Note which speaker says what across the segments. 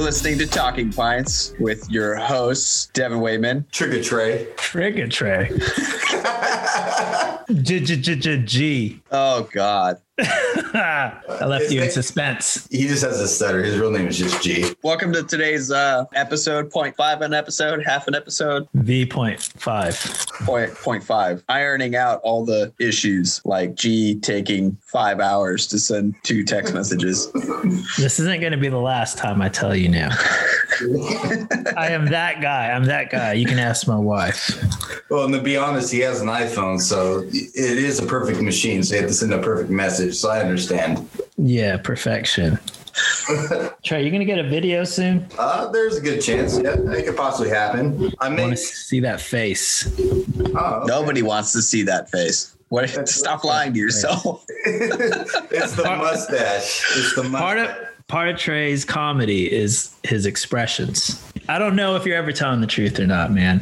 Speaker 1: listening to Talking Pints with your hosts, Devin Wayman.
Speaker 2: Trigger tray.
Speaker 3: Trigger tray. G G G G G.
Speaker 1: Oh, God.
Speaker 3: I left you in suspense.
Speaker 2: He just has a stutter. His real name is just G.
Speaker 1: Welcome to today's uh, episode, point five an episode, half an episode,
Speaker 3: V point five.
Speaker 1: point, point 0.5. Ironing out all the issues like G taking five hours to send two text messages.
Speaker 3: This isn't going to be the last time I tell you now. I am that guy. I'm that guy. You can ask my wife.
Speaker 2: Well, and to be honest, he has an iPhone, so it is a perfect machine. So you have to send a perfect message. So I understand.
Speaker 3: Yeah, perfection. Trey, you going to get a video soon?
Speaker 2: Uh, there's a good chance. Yeah, it could possibly happen. I
Speaker 3: I
Speaker 2: may.
Speaker 3: want to see that face.
Speaker 2: Oh,
Speaker 1: Nobody wants to see that face. What, stop lying to yourself.
Speaker 2: it's the mustache. It's the
Speaker 3: Part
Speaker 2: mustache.
Speaker 3: of part of Trey's comedy is his expressions. I don't know if you're ever telling the truth or not, man.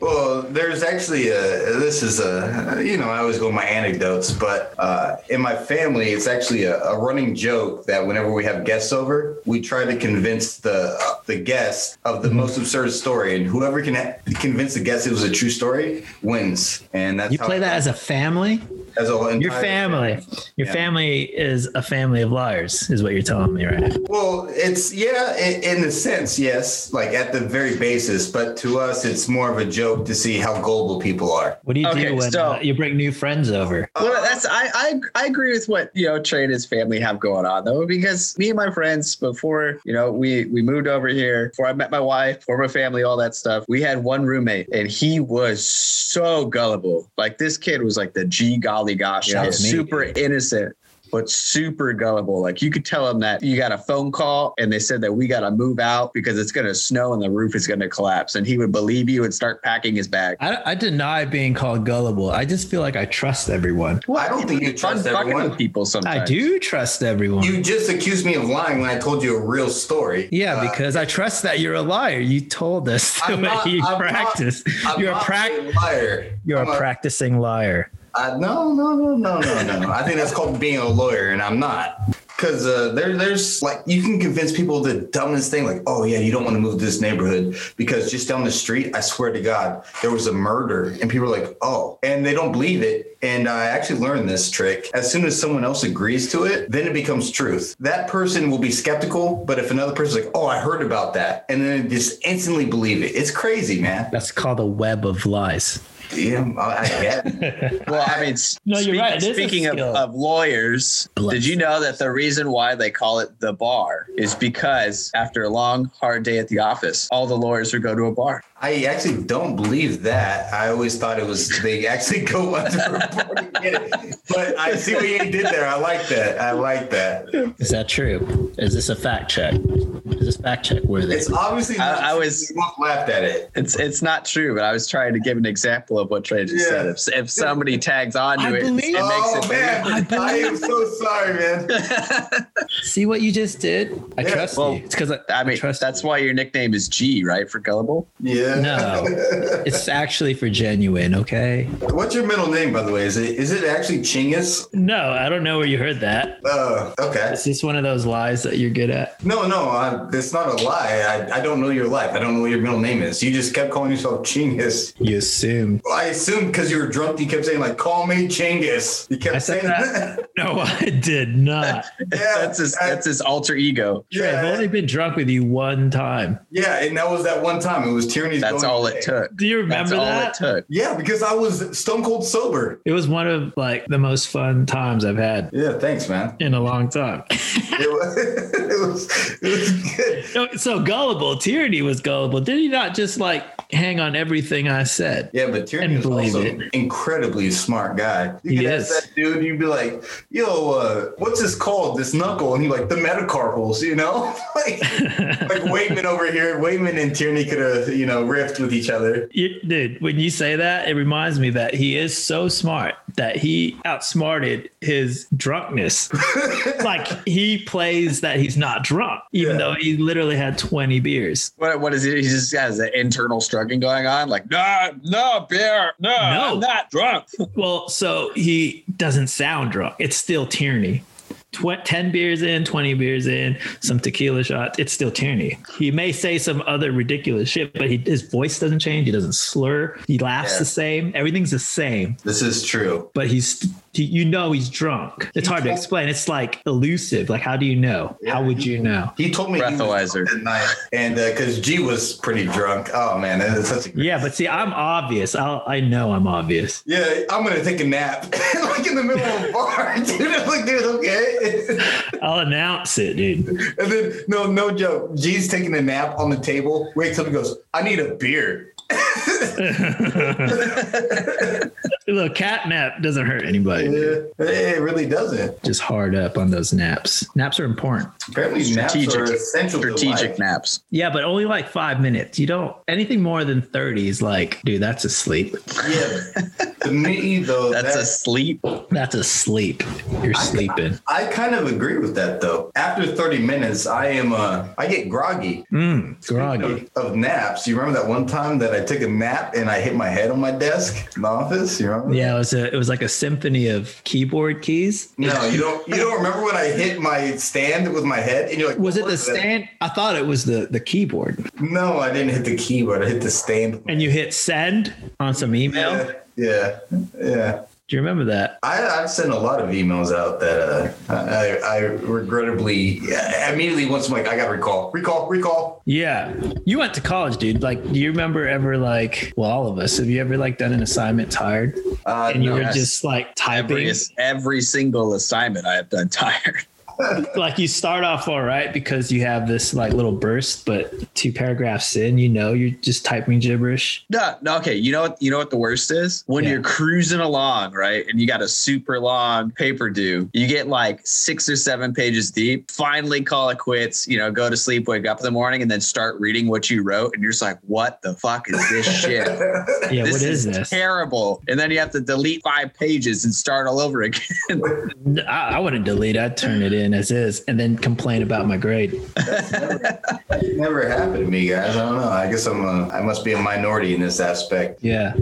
Speaker 2: Well, there's actually a. This is a. You know, I always go with my anecdotes, but uh, in my family, it's actually a, a running joke that whenever we have guests over, we try to convince the the guest of the most absurd story, and whoever can ha- convince the guest it was a true story wins. And that's
Speaker 3: You
Speaker 2: how
Speaker 3: play that as a family?
Speaker 2: as a
Speaker 3: Your
Speaker 2: entire-
Speaker 3: family. Your
Speaker 2: Yeah.
Speaker 3: family is a family of liars, is what you're telling me, right?
Speaker 2: Well, it's yeah, in, in a sense, yes, like at the very basis, but to us, it's more of a joke to see how gullible people are.
Speaker 3: What do you
Speaker 1: Okay,
Speaker 3: do when
Speaker 1: so-
Speaker 3: uh, you bring new friends over?
Speaker 1: Well, that's I, I I agree with what you know Trey and his family have going on though, because me and my friends before you know we we moved over here, before I met my wife, before my family, all that stuff. We had one roommate, and he was so gullible. Like this kid was like the gee golly gosh,
Speaker 3: Yeah,
Speaker 1: kid,
Speaker 3: it's me.
Speaker 1: super innocent. But super gullible. Like you could tell him that you got a phone call and they said that we got to move out because it's going to snow and the roof is going to collapse. And he would believe you and start packing his bag.
Speaker 3: I, I deny being called gullible. I just feel like I trust everyone.
Speaker 2: I don't think you
Speaker 1: It's fun
Speaker 2: trust
Speaker 1: fucking
Speaker 2: everyone.
Speaker 1: with people sometimes.
Speaker 3: I do trust everyone.
Speaker 2: You just accused me of lying when I told you a real story.
Speaker 3: yeah,
Speaker 2: Uh,
Speaker 3: because I trust that you're a liar. You told us the
Speaker 2: I'm
Speaker 3: way
Speaker 2: not-
Speaker 3: you
Speaker 2: I'm not-
Speaker 3: practice.
Speaker 2: I'm
Speaker 3: you're a
Speaker 2: not
Speaker 3: prac-
Speaker 2: liar.
Speaker 3: you're
Speaker 2: I'm
Speaker 3: a practicing liar.
Speaker 2: Uh, no, no, no, no, no, no, no. I think that's called being a lawyer, and I'm not. Because uh, there, there's like you can convince people the dumbest thing, like, oh yeah, you don't want to move to this neighborhood because just down the street, I swear to God, there was a murder, and people are like, oh, and they don't believe it. And I actually learned this trick. As soon as someone else agrees to it, then it becomes truth. That person will be skeptical, but if another person's like, oh, I heard about that, and then they just instantly believe it, it's crazy, man.
Speaker 3: That's called a web of lies.
Speaker 2: Yeah, I, I get. it.
Speaker 1: Well, I mean, s-
Speaker 3: No, you're
Speaker 1: speak-
Speaker 3: right. It is a
Speaker 1: Speaking of,
Speaker 3: skill.
Speaker 1: of lawyers,
Speaker 3: Bless.
Speaker 1: did you know that the reason why they call it the bar is because after a long, hard day at the office, all the lawyers would go to a bar.
Speaker 2: I actually don't believe that. I always thought it was they actually go under report and get it. But I see what you did there. I like that. I like that.
Speaker 3: Is that true? Is this a fact check? Is this fact check worthy?
Speaker 2: It's obviously not
Speaker 1: I- I
Speaker 2: true.
Speaker 1: was-
Speaker 2: you both laughed at it.
Speaker 1: It's it's not true, but I was trying to give an example of what Trey just
Speaker 2: Yeah.
Speaker 1: said. If, if somebody tags
Speaker 3: I
Speaker 1: onto it, it
Speaker 3: believe-
Speaker 1: makes
Speaker 2: oh
Speaker 1: it
Speaker 2: man,
Speaker 3: I
Speaker 2: I,
Speaker 3: believe-
Speaker 2: am so sorry, man.
Speaker 3: See what you just did? I
Speaker 2: Yeah,
Speaker 3: trust
Speaker 1: well,
Speaker 3: you. It's because I,
Speaker 1: I mean,
Speaker 3: trust
Speaker 1: that's why your nickname is G, right? For gullible.
Speaker 2: Yeah.
Speaker 3: No, it's actually for genuine. Okay.
Speaker 2: What's your middle name, by the way? Is it is it actually Chinggis?
Speaker 3: No, I don't know where you heard that.
Speaker 2: Uh, okay.
Speaker 3: Is this one of those lies that you're good at?
Speaker 2: No, no, I, that's not a lie. I, I don't know your life. I don't know what your middle name is. You just kept calling yourself Chinggis.
Speaker 3: You assume.
Speaker 2: I assumed because you were drunk, you kept saying like, "Call me Chinggis." You kept
Speaker 3: I said
Speaker 2: saying
Speaker 3: that. No, I did not.
Speaker 1: that's his
Speaker 2: I-
Speaker 1: that's his alter ego.
Speaker 3: Trey, I've only been drunk with you one time.
Speaker 2: Yeah, and that was that one time. It was tyranny's.
Speaker 1: That's
Speaker 2: going
Speaker 1: all
Speaker 2: away.
Speaker 1: it took.
Speaker 3: Do you
Speaker 1: That's
Speaker 3: remember
Speaker 1: all it
Speaker 3: that?
Speaker 1: took.
Speaker 2: Yeah, because I was stone cold sober.
Speaker 3: It was one of like the most fun times I've had
Speaker 2: Yeah, thanks, man.
Speaker 3: in a long time.
Speaker 2: It was, it was, it was good.
Speaker 3: No, so gullible. Tyranny was gullible. Did he not just like hang on everything I said?
Speaker 2: Yeah, but tyranny
Speaker 3: And
Speaker 2: was
Speaker 3: believe
Speaker 2: also
Speaker 3: it.
Speaker 2: an incredibly smart guy. You
Speaker 3: He
Speaker 2: could ask
Speaker 3: is.
Speaker 2: that dude, you'd be like, "Yo, uh, what's this called? This knuckle?" And he'd be like, "The metacarpals," you know, like like Waitman over here. Waitman and Tierney could have you know riffed with each other.
Speaker 3: You, dude, when you say that, it reminds me that he is so smart that he outsmarted his drunkenness. like he plays that he's not drunk,
Speaker 2: Yeah.
Speaker 3: even though he literally had 20 beers.
Speaker 1: What, what is it? He just has an internal struggling going on. Like, no, no beer, no,
Speaker 3: No.
Speaker 1: I'm not drunk.
Speaker 3: Well, so he doesn't sound drunk. It's still tyranny. tw- 10 beers in, 20 beers in, some tequila shots, it's still tyranny. He may say some other ridiculous shit, but he, his voice doesn't change. He doesn't slur. He laughs
Speaker 2: Yeah.
Speaker 3: the same. Everything's the same,
Speaker 2: This is true.
Speaker 3: but he's, he, you know, he's drunk. It's hard to
Speaker 2: drunk.
Speaker 3: explain. It's like elusive. Like, how do you know? How
Speaker 2: Yeah.
Speaker 3: would you know?
Speaker 2: He told me he was
Speaker 1: Breathalyzer.
Speaker 2: drunk that night, and because G was pretty drunk. Oh man, that is such a
Speaker 3: Yeah, but see, I'm obvious. I'll, I know I'm obvious.
Speaker 2: yeah. I'm gonna take a nap, like in the middle of a bar, dude. I'm like, dude, okay.
Speaker 3: I'll announce it, dude.
Speaker 2: And then, no, no joke. G's taking a nap on the table, wakes up and goes, I need a beer.
Speaker 3: Look, cat nap doesn't hurt anybody. dude.
Speaker 2: It, it really doesn't.
Speaker 3: Just hard up on those naps. Naps are important.
Speaker 2: Apparently, naps
Speaker 1: Strategic.
Speaker 2: are essential to
Speaker 1: Strategic
Speaker 2: life.
Speaker 1: naps.
Speaker 3: Yeah, but only like five minutes. You don't anything more than thirty is like, dude, that's a sleep.
Speaker 2: Yeah. to me, though,
Speaker 1: That's
Speaker 2: that's
Speaker 1: a sleep.
Speaker 3: That's a sleep. You're sleeping.
Speaker 2: I kind of agree with that, though. After 30 minutes, I am, uh, I get groggy
Speaker 3: Mm, groggy.
Speaker 2: of, of naps. You remember that one time that I took a nap and I hit my head on my desk in the office? You remember?
Speaker 3: Yeah, it was a it was like a symphony of keyboard keys.
Speaker 2: No, you don't. You don't remember when I hit my stand with my head, and you're like,
Speaker 3: Was it
Speaker 2: "What
Speaker 3: the
Speaker 2: that?"
Speaker 3: stand? I thought it was the the keyboard.
Speaker 2: No, I didn't hit the keyboard. I hit the stand.
Speaker 3: And you hit send on some email.
Speaker 2: Yeah, yeah.
Speaker 3: Do you remember that?
Speaker 2: I, I've sent a lot of emails out that uh, I, I regrettably yeah, immediately once I'm like I got recall, recall, recall.
Speaker 3: Yeah. You went to college, dude. Like, do you remember ever like well, all of us, have you ever like done an assignment tired?
Speaker 2: Uh,
Speaker 3: And you
Speaker 2: no.
Speaker 3: were
Speaker 1: yes.
Speaker 3: just like
Speaker 1: Every,
Speaker 3: typing.
Speaker 1: every single assignment I have done tired.
Speaker 3: like you start off all right because you have this like little burst, but two paragraphs in, you know, you're just typing gibberish.
Speaker 1: No, no, okay. You know what? You know what the worst is when
Speaker 3: Yeah.
Speaker 1: you're cruising along, right? And you got a super long paper due. You get like six or seven pages deep. Finally, call it quits. You know, go to sleep, wake up in the morning, and then start reading what you wrote. And you're just like, "What the fuck is this shit?
Speaker 3: Yeah,
Speaker 1: this
Speaker 3: what is, this?
Speaker 1: Terrible." And then you have to delete five pages and start all over again.
Speaker 3: N- I, I wouldn't delete. I'd turn it in as is, and then complain about my grade.
Speaker 2: It never happened to me, guys. I don't know. I guess I'm a, I must be a minority in this aspect.
Speaker 3: Yeah,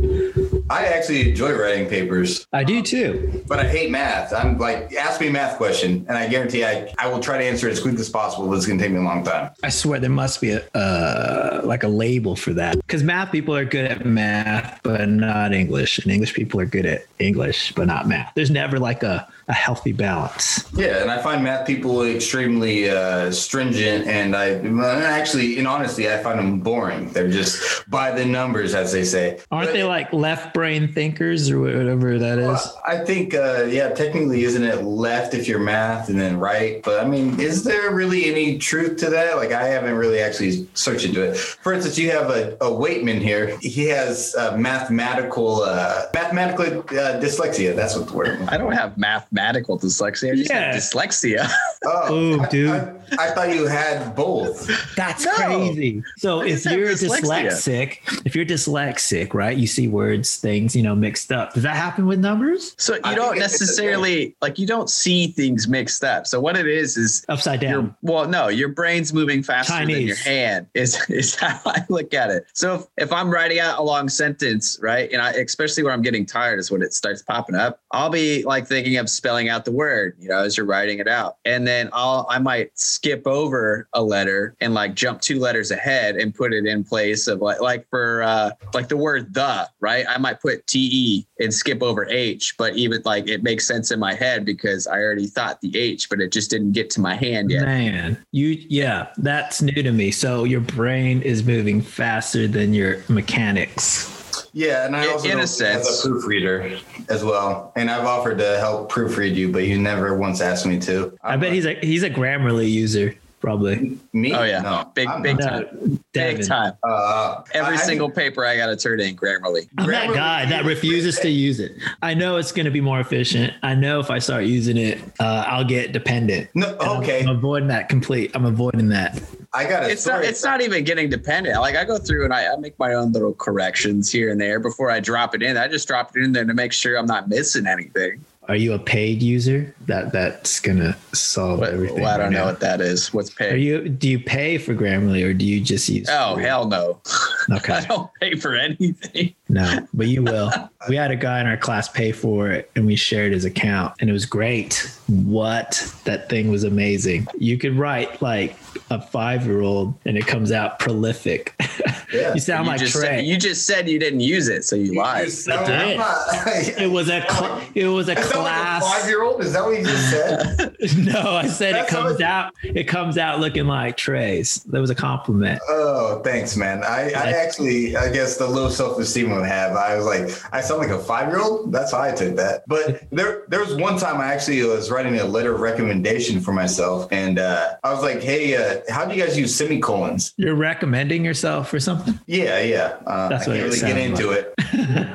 Speaker 2: I actually enjoy writing papers,
Speaker 3: I do too.
Speaker 2: but I hate math. I'm like, ask me a math question, and I guarantee I, I will try to answer it as quick as possible, but it's gonna take me a long time.
Speaker 3: I swear there must be a uh, like a label for that because math people are good at math, but not English, and English people are good at English, but not math. There's never like a a healthy balance.
Speaker 2: Yeah, and I find math people extremely uh, stringent, and I well, actually, in honesty, I find them boring. They're just by the numbers, as they say.
Speaker 3: Aren't they like left brain thinkers or whatever that is?
Speaker 2: I think, uh, yeah, technically, isn't it left if you're math and then right? But I mean, is there really any truth to that? Like, I haven't really actually searched into it. For instance, you have a, a Waitman here. He has uh, mathematical, uh, mathematical uh, dyslexia. That's what the word.
Speaker 1: I don't have mathematical dyslexia. I just
Speaker 3: Yeah.
Speaker 1: have dyslexia.
Speaker 3: Oh,
Speaker 2: I-
Speaker 3: dude.
Speaker 2: I- I thought you had both.
Speaker 3: That's
Speaker 1: No.
Speaker 3: crazy. So
Speaker 1: I
Speaker 3: if
Speaker 1: just have
Speaker 3: you're
Speaker 1: dyslexia.
Speaker 3: dyslexic, if you're dyslexic, right, you see words, things, you know, mixed up. Does that happen with numbers?
Speaker 1: So you
Speaker 2: I
Speaker 1: don't
Speaker 2: think it's- it's okay.
Speaker 1: necessarily like you don't see things mixed up. So what it is is
Speaker 3: Upside down.
Speaker 1: your well, no, your brain's moving faster than your
Speaker 3: Chinese.
Speaker 1: hand is is how I look at it. So if, if I'm writing out a long sentence, right, and I especially when I'm getting tired is when it starts popping up. I'll be like thinking of spelling out the word, you know, as you're writing it out, and then I'll I might skip over a letter and like jump two letters ahead and put it in place of like like for uh, like the word the right. I might put T E and skip over H, but even like it makes sense in my head because I already thought the H, but it just didn't get to my hand yet.
Speaker 3: Man, you yeah, that's new to me. So your brain is moving faster than your mechanics.
Speaker 2: Yeah, and I
Speaker 1: In-
Speaker 2: also
Speaker 1: in
Speaker 2: don't
Speaker 1: a
Speaker 2: work
Speaker 1: sense.
Speaker 2: as a proofreader as well. And I've offered to help proofread you, but you never once asked me to.
Speaker 3: I bet he's a he's a Grammarly user, probably.
Speaker 2: me.
Speaker 1: Oh, yeah.
Speaker 2: no,
Speaker 1: Big-
Speaker 2: I'm
Speaker 1: big
Speaker 2: not.
Speaker 3: No,
Speaker 1: Big
Speaker 3: Devin.
Speaker 1: time.
Speaker 2: Uh,
Speaker 1: Every
Speaker 2: I-
Speaker 1: single paper I got to turn in Grammarly.
Speaker 3: I'm that
Speaker 2: Grammarly
Speaker 3: guy that
Speaker 2: is-
Speaker 3: refuses to use it. I know it's going to be more efficient. I know if I start using it, uh, I'll get dependent.
Speaker 2: No,
Speaker 3: And I'm-
Speaker 2: okay,
Speaker 3: I'm avoiding that complete. I'm avoiding that.
Speaker 2: I got a
Speaker 1: It's
Speaker 2: story.
Speaker 1: not. It's not even getting dependent. Like I go through and I, I make my own little corrections here and there before I drop it in. I just drop it in there to make sure I'm not missing anything.
Speaker 3: Are you a paid user? That that's gonna solve
Speaker 1: But
Speaker 3: everything.
Speaker 1: well, I don't
Speaker 3: right
Speaker 1: know
Speaker 3: now.
Speaker 1: what that is. What's
Speaker 3: Are
Speaker 1: paid?
Speaker 3: you do you pay for Grammarly or do you just use?
Speaker 1: Oh hell no! I
Speaker 3: Okay.
Speaker 1: don't pay for anything.
Speaker 3: No, but you will. we had a guy in our class pay for it and we shared his account and it was great. What? That thing was amazing. You could write like a five year old and it comes out prolific.
Speaker 2: Yeah.
Speaker 3: you sound
Speaker 1: you
Speaker 3: like
Speaker 1: just
Speaker 3: Trey.
Speaker 1: Said, you just said you didn't use it, so you lied.
Speaker 2: Is that
Speaker 3: That's
Speaker 2: what I'm
Speaker 3: it.
Speaker 2: not-
Speaker 3: it was a cl- it was a
Speaker 2: I sound
Speaker 3: class.
Speaker 2: Like a five-year-old? Is that what you just said?
Speaker 3: no, I said it
Speaker 2: That's how
Speaker 3: comes
Speaker 2: it-
Speaker 3: out. It comes out looking like Trey's. That was a compliment.
Speaker 2: oh, thanks, man. I, I actually, I guess the low self-esteem I have, I was like, I sound like a five-year-old. That's how I took that. But there, there was one time I actually was writing a letter of recommendation for myself, and uh, I was like, hey, uh, how do you guys use semicolons?
Speaker 3: You're recommending yourself or something?
Speaker 2: Yeah, yeah. Uh,
Speaker 3: That's
Speaker 2: I can't
Speaker 3: what it
Speaker 2: really get
Speaker 3: sounds
Speaker 2: into it.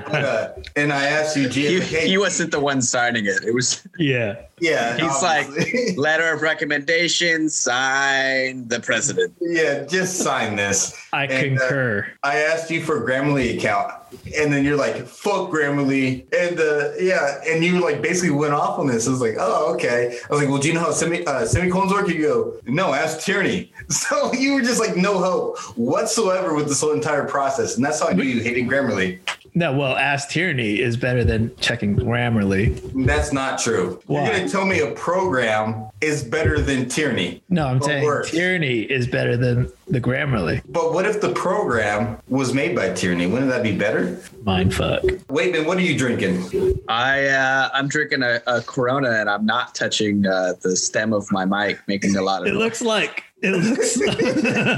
Speaker 2: But, uh, and I asked you,
Speaker 1: He,
Speaker 2: Jim, hey,
Speaker 1: he wasn't the one signing it. It was
Speaker 3: Yeah.
Speaker 2: yeah,
Speaker 1: he's like-
Speaker 2: obviously.
Speaker 1: letter of recommendation signed the president.
Speaker 2: yeah, just sign this.
Speaker 3: I
Speaker 2: And, uh,
Speaker 3: concur.
Speaker 2: I asked you for a Grammarly account, and then you're like, fuck Grammarly. And uh, yeah, and you like basically went off on this. I was like, oh, okay. I was like, well, do you know how semi, uh, semicolons work? You go, no, ask Tierney. So you were just like, no hope whatsoever with this whole entire process. And that's how I knew you hated Grammarly.
Speaker 3: no, well, ask tyranny is better than checking Grammarly.
Speaker 2: That's not true.
Speaker 3: Why?
Speaker 2: You're going to tell me a program is better than tyranny.
Speaker 3: No, I'm
Speaker 2: Or
Speaker 3: saying
Speaker 2: worse.
Speaker 3: tyranny is better than the Grammarly.
Speaker 2: But what if the program was made by tyranny? Wouldn't that be better?
Speaker 3: Mindfuck.
Speaker 2: Wait, man, what are you drinking?
Speaker 1: I uh, I'm drinking a, a Corona and I'm not touching uh, the stem of my mic, making a lot of.
Speaker 3: It looks like it looks.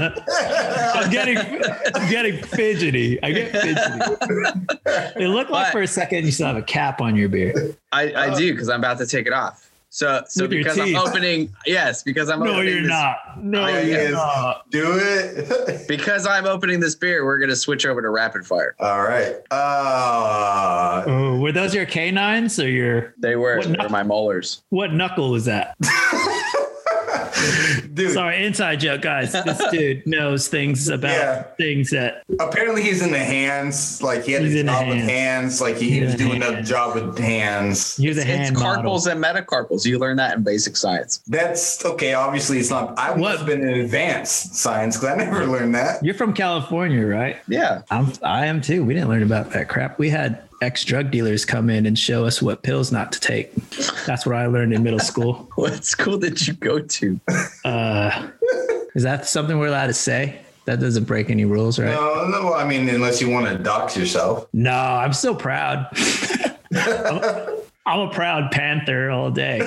Speaker 3: I'm getting I'm getting fidgety. I get fidgety. It looked like
Speaker 1: But-
Speaker 3: for a second you still have a cap on your beer.
Speaker 1: I, I do because I'm about to take it off. So so
Speaker 3: Oh. With your
Speaker 1: because I'm
Speaker 3: teeth.
Speaker 1: opening yes because I'm
Speaker 3: No,
Speaker 1: opening
Speaker 3: you're
Speaker 1: this,
Speaker 3: not. No,
Speaker 1: I-
Speaker 3: you're
Speaker 2: yes.
Speaker 3: not.
Speaker 2: Do it.
Speaker 1: because I'm opening this beer. We're gonna switch over to rapid fire.
Speaker 2: All right. Uh,
Speaker 3: Oh, were those your canines or your
Speaker 1: They were
Speaker 3: What
Speaker 1: they were
Speaker 3: not-
Speaker 1: my molars.
Speaker 3: what knuckle was that?
Speaker 2: dude,
Speaker 3: Sorry, inside joke, guys. This dude knows things about
Speaker 2: Yeah.
Speaker 3: things that
Speaker 2: apparently he's in the hands. Like he had
Speaker 3: He's
Speaker 2: a
Speaker 3: in the
Speaker 2: job with
Speaker 3: hands.
Speaker 2: hands. Like he
Speaker 3: He's
Speaker 2: was
Speaker 3: in the
Speaker 2: doing a
Speaker 3: hands.
Speaker 2: job with hands.
Speaker 3: you're the
Speaker 1: It's
Speaker 3: hand model.
Speaker 1: carpals and metacarpals. You learn that in basic science.
Speaker 2: That's okay. Obviously, it's not. I
Speaker 3: What?
Speaker 2: must have been in advanced science because I never learned that.
Speaker 3: You're from California, right?
Speaker 1: Yeah.
Speaker 3: I'm I am too. We didn't learn about that crap. We had ex drug dealers come in and show us what pills not to take. That's what I learned in middle school.
Speaker 1: What school did you go to?
Speaker 3: Uh, is that something we're allowed to say? That doesn't break any rules, right?
Speaker 2: No, no. I mean, unless you want to dox yourself.
Speaker 3: No, I'm so proud. I'm a proud Panther all day.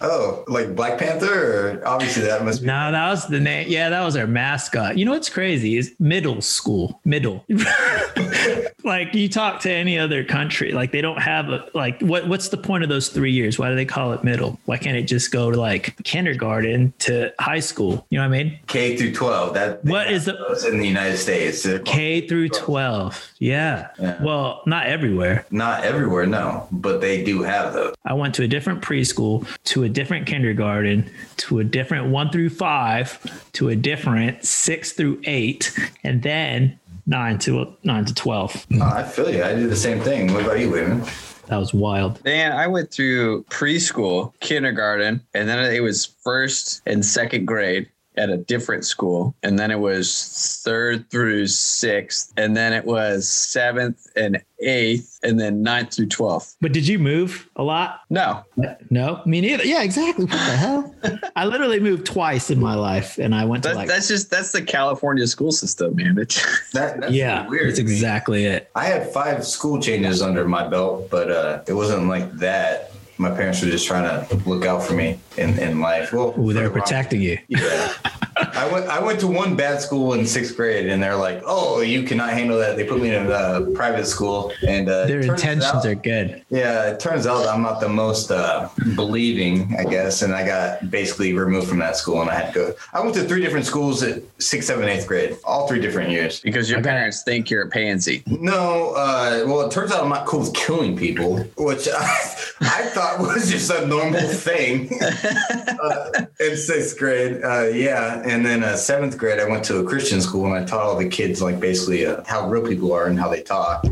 Speaker 2: Oh, like Black Panther? Or obviously, that must be.
Speaker 3: No, that was the name. Yeah, that was our mascot. You know what's crazy is middle school, middle. like you talk to any other country, like they don't have a like what what's the point of those three years? Why do they call it middle? Why can't it just go to like kindergarten to high school? You know what I mean?
Speaker 2: K through 12. That
Speaker 3: What is the
Speaker 2: that's in the United States? They're
Speaker 3: K through twelve? Yeah.
Speaker 2: Yeah.
Speaker 3: Well, not everywhere.
Speaker 2: Not everywhere, no, but they do have those.
Speaker 3: I went to a different preschool, to a different kindergarten, to a different one through five, to a different six through eight, and then nine to nine to twelve.
Speaker 2: Oh, I feel you. I do the same thing. What about you, Wayman?
Speaker 3: That was wild.
Speaker 1: Man, I went through preschool, kindergarten, and then it was first and second grade at a different school. And then it was third through sixth. And then it was seventh and eighth, and then ninth through 12th.
Speaker 3: But did you move a lot?
Speaker 1: No,
Speaker 3: No, me neither. Yeah, exactly. What the hell? I literally moved twice in my life, and I went to
Speaker 1: that's,
Speaker 3: like
Speaker 1: that's just, that's the California school system, man. It's,
Speaker 2: That, that's
Speaker 3: yeah,
Speaker 2: weird.
Speaker 3: that's exactly it.
Speaker 2: I had five school changes under my belt, but uh, it wasn't like that. My parents were just trying to look out for me in, in life. Well,
Speaker 3: Ooh,
Speaker 2: for the
Speaker 3: they're
Speaker 2: wrong-
Speaker 3: protecting you.
Speaker 2: Yeah. I went. I went to one bad school in sixth grade, and they're like, "Oh, you cannot handle that." They put me in a uh, private school, and uh,
Speaker 3: Their
Speaker 2: it turns
Speaker 3: intentions
Speaker 2: out-
Speaker 3: are good.
Speaker 2: Yeah, it turns out I'm not the most uh, believing, I guess, and I got basically removed from that school, and I had to go. I went to three different schools at sixth, seventh, eighth grade, all three different years.
Speaker 1: because your
Speaker 3: I got-
Speaker 1: parents think you're a pansy.
Speaker 2: No, uh, well, it turns out I'm not cool with killing people, which I, I thought was just a normal thing uh, in sixth grade. Uh, yeah, and then uh, seventh grade, I went to a Christian school and I taught all the kids like basically uh, how real people are and how they talk.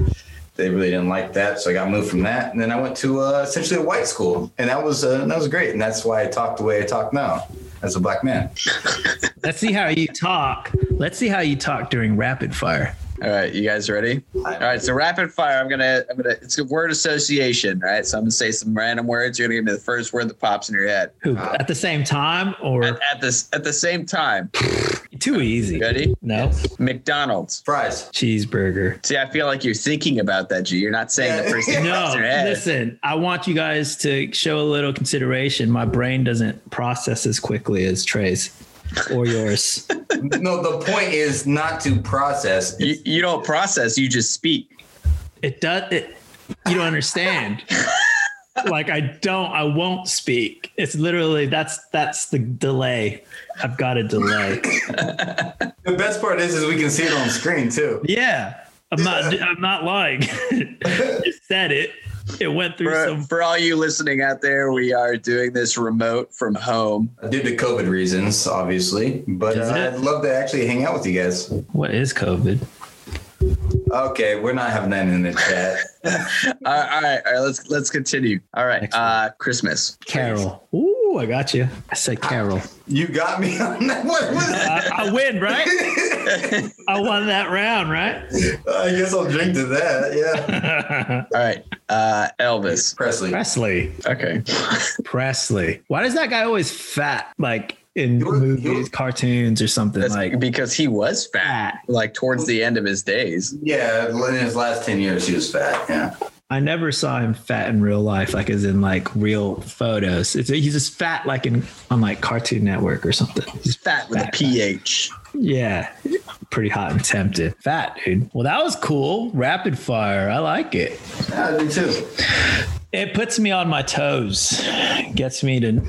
Speaker 2: They really didn't like that, so I got moved from that, and then I went to uh, essentially a white school, and that was uh, that was great, and that's why I talk the way I talk now as a black man.
Speaker 3: Let's see how you talk. Let's see how you talk during rapid fire.
Speaker 1: All right, you guys ready? All right, so rapid fire. I'm gonna, I'm gonna. It's a word association, right? So I'm gonna say some random words. You're gonna give me the first word that pops in your head
Speaker 3: Who,
Speaker 2: Uh,
Speaker 3: at the same time or
Speaker 1: at, at this at the same time.
Speaker 3: too easy?
Speaker 1: Ready?
Speaker 3: No.
Speaker 1: McDonald's.
Speaker 2: Fries.
Speaker 3: Cheeseburger.
Speaker 1: See, I feel like you're thinking about that, G. You're not saying the
Speaker 2: Yeah.
Speaker 1: first thing that
Speaker 3: No,
Speaker 1: pops in your head.
Speaker 3: listen, I want you guys to show a little consideration. My brain doesn't process as quickly as Trey's or yours.
Speaker 2: No, the point is not to process.
Speaker 1: You, you don't process. You just speak.
Speaker 3: it does it you don't understand like i don't i won't speak it's literally that's that's the delay i've got a delay
Speaker 2: The best part is, is we can see it on screen too.
Speaker 3: yeah i'm not i'm not lying you said it it went through
Speaker 1: For,
Speaker 3: some
Speaker 1: for all you listening out there, we are doing this remote from home.
Speaker 2: Due to COVID reasons, obviously, but
Speaker 3: Is
Speaker 2: uh,
Speaker 3: it?
Speaker 2: I'd love to actually hang out with you guys.
Speaker 3: what is covid
Speaker 2: Okay, we're not having that in the chat.
Speaker 1: All right, all right, all right let's let's continue. All right,
Speaker 3: Excellent.
Speaker 1: uh, Christmas.
Speaker 3: carol ooh i got you i said carol
Speaker 2: You got me on that. What was that?
Speaker 3: I, I win right i won that round right
Speaker 2: I guess I'll drink to that. Yeah.
Speaker 1: All right, uh, Elvis.
Speaker 2: Presley.
Speaker 3: presley
Speaker 1: Okay,
Speaker 3: presley why does that guy always fat like in
Speaker 2: He was- he
Speaker 3: movies
Speaker 2: was-
Speaker 3: cartoons or something
Speaker 1: that's
Speaker 3: like
Speaker 1: because he was fat, like towards the end of his days.
Speaker 2: Yeah, in his last 10 years, he was fat. Yeah.
Speaker 3: I never saw him fat in real life, like as in like real photos. It's, he's just fat, like in on like Cartoon Network or something. He's-
Speaker 1: Fat with a
Speaker 3: Fat.
Speaker 1: ph.
Speaker 3: yeah, pretty hot and tempted. Fat dude. Well, that was cool. Rapid fire. I like it.
Speaker 2: Yeah, I do too.
Speaker 3: It puts me on my toes. Gets me to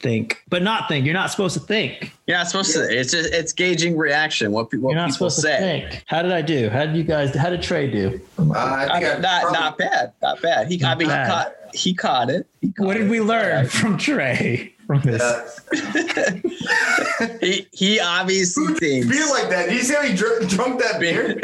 Speaker 3: think, but not think. You're not supposed to think.
Speaker 1: You're not supposed to. It's just it's gauging reaction. What, pe- what
Speaker 3: You're not
Speaker 1: people
Speaker 3: supposed to
Speaker 1: say.
Speaker 3: think. How did I do? How did you guys? How did Trey do?
Speaker 2: Uh, I
Speaker 1: I
Speaker 2: think I
Speaker 1: mean, not
Speaker 2: probably-
Speaker 1: not bad, not bad. He, I
Speaker 3: Not
Speaker 1: mean,
Speaker 3: bad.
Speaker 1: he caught he caught it. He caught
Speaker 3: What did
Speaker 1: it.
Speaker 3: we learn from Trey from this?
Speaker 2: Uh,
Speaker 1: He he obviously thinks.
Speaker 2: beer like that. Did you see how he dr- drunk that beer?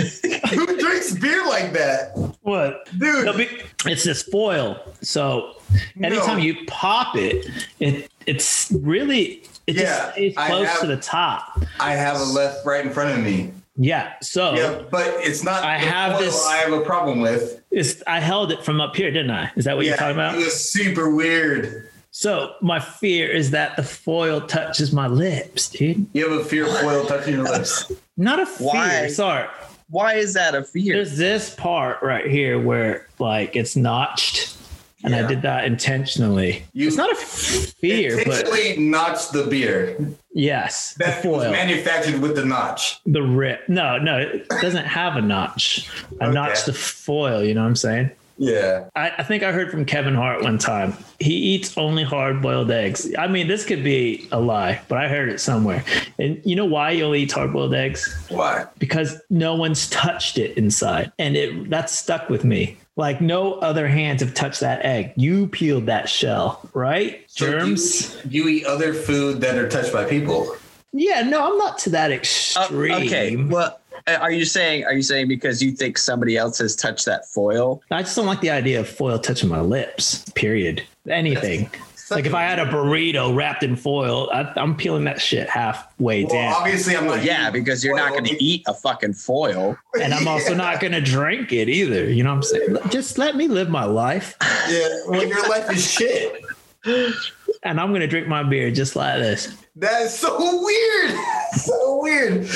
Speaker 2: Who drinks beer like that?
Speaker 3: What
Speaker 2: Dude,
Speaker 3: No, be- it's this foil. So anytime
Speaker 2: No.
Speaker 3: you pop it, it it's really it
Speaker 2: Yeah,
Speaker 3: just stays
Speaker 2: I
Speaker 3: close
Speaker 2: have-
Speaker 3: to the top.
Speaker 2: I have a left right in front of me.
Speaker 3: Yeah. So
Speaker 2: Yeah, but it's not.
Speaker 3: Oh. I
Speaker 2: the
Speaker 3: have
Speaker 2: foil
Speaker 3: this-
Speaker 2: I have a problem with.
Speaker 3: it's I held it from up here, didn't I? Is that what you're talking
Speaker 2: It
Speaker 3: about?
Speaker 2: was super weird.
Speaker 3: So my fear is that the foil touches my lips, dude.
Speaker 2: You have a fear of foil touching your lips.
Speaker 3: Not a fear.
Speaker 1: Why?
Speaker 3: Sorry.
Speaker 1: Why is that a fear?
Speaker 3: There's this part right here where like it's notched. And I
Speaker 2: Yeah.
Speaker 3: did that intentionally.
Speaker 2: You-
Speaker 3: it's not a fear, but
Speaker 2: Intentionally notched the beer
Speaker 3: yes, the
Speaker 2: that was
Speaker 3: foil.
Speaker 2: manufactured with the notch.
Speaker 3: the rip. No, no, it doesn't have a notch. I
Speaker 2: Okay.
Speaker 3: notched the foil, you know what I'm saying?
Speaker 2: Yeah.
Speaker 3: I, I think I heard from Kevin Hart one time. He eats only hard boiled eggs. I mean, this could be a lie, but I heard it somewhere. And you know why you only eat hard boiled eggs?
Speaker 2: Why?
Speaker 3: Because no one's touched it inside. And it that's stuck with me. Like no other hands have touched that egg. You peeled that shell, right?
Speaker 2: So do you-
Speaker 3: Germs.
Speaker 2: Do you eat other food that are touched by people?
Speaker 3: yeah, no, I'm not to that
Speaker 1: Uh,
Speaker 3: extreme.
Speaker 1: okay. Well, uh, are you saying are you saying because you think somebody else has touched that foil?
Speaker 3: I just don't like the idea of foil touching my lips. Period. Anything. Like if I had a burrito wrapped in foil, I, I'm peeling that shit halfway
Speaker 2: Well,
Speaker 3: down,
Speaker 2: obviously, I'm not.
Speaker 1: Yeah,
Speaker 2: eating
Speaker 1: because you're not
Speaker 2: foil.
Speaker 1: going to eat a fucking foil.
Speaker 3: and I'm also not gonna drink it either. You know what I'm saying? Just let me live my life,
Speaker 2: Yeah. Well, your life is shit.
Speaker 3: and I'm gonna drink my beer just like this.
Speaker 2: That is so weird. so weird.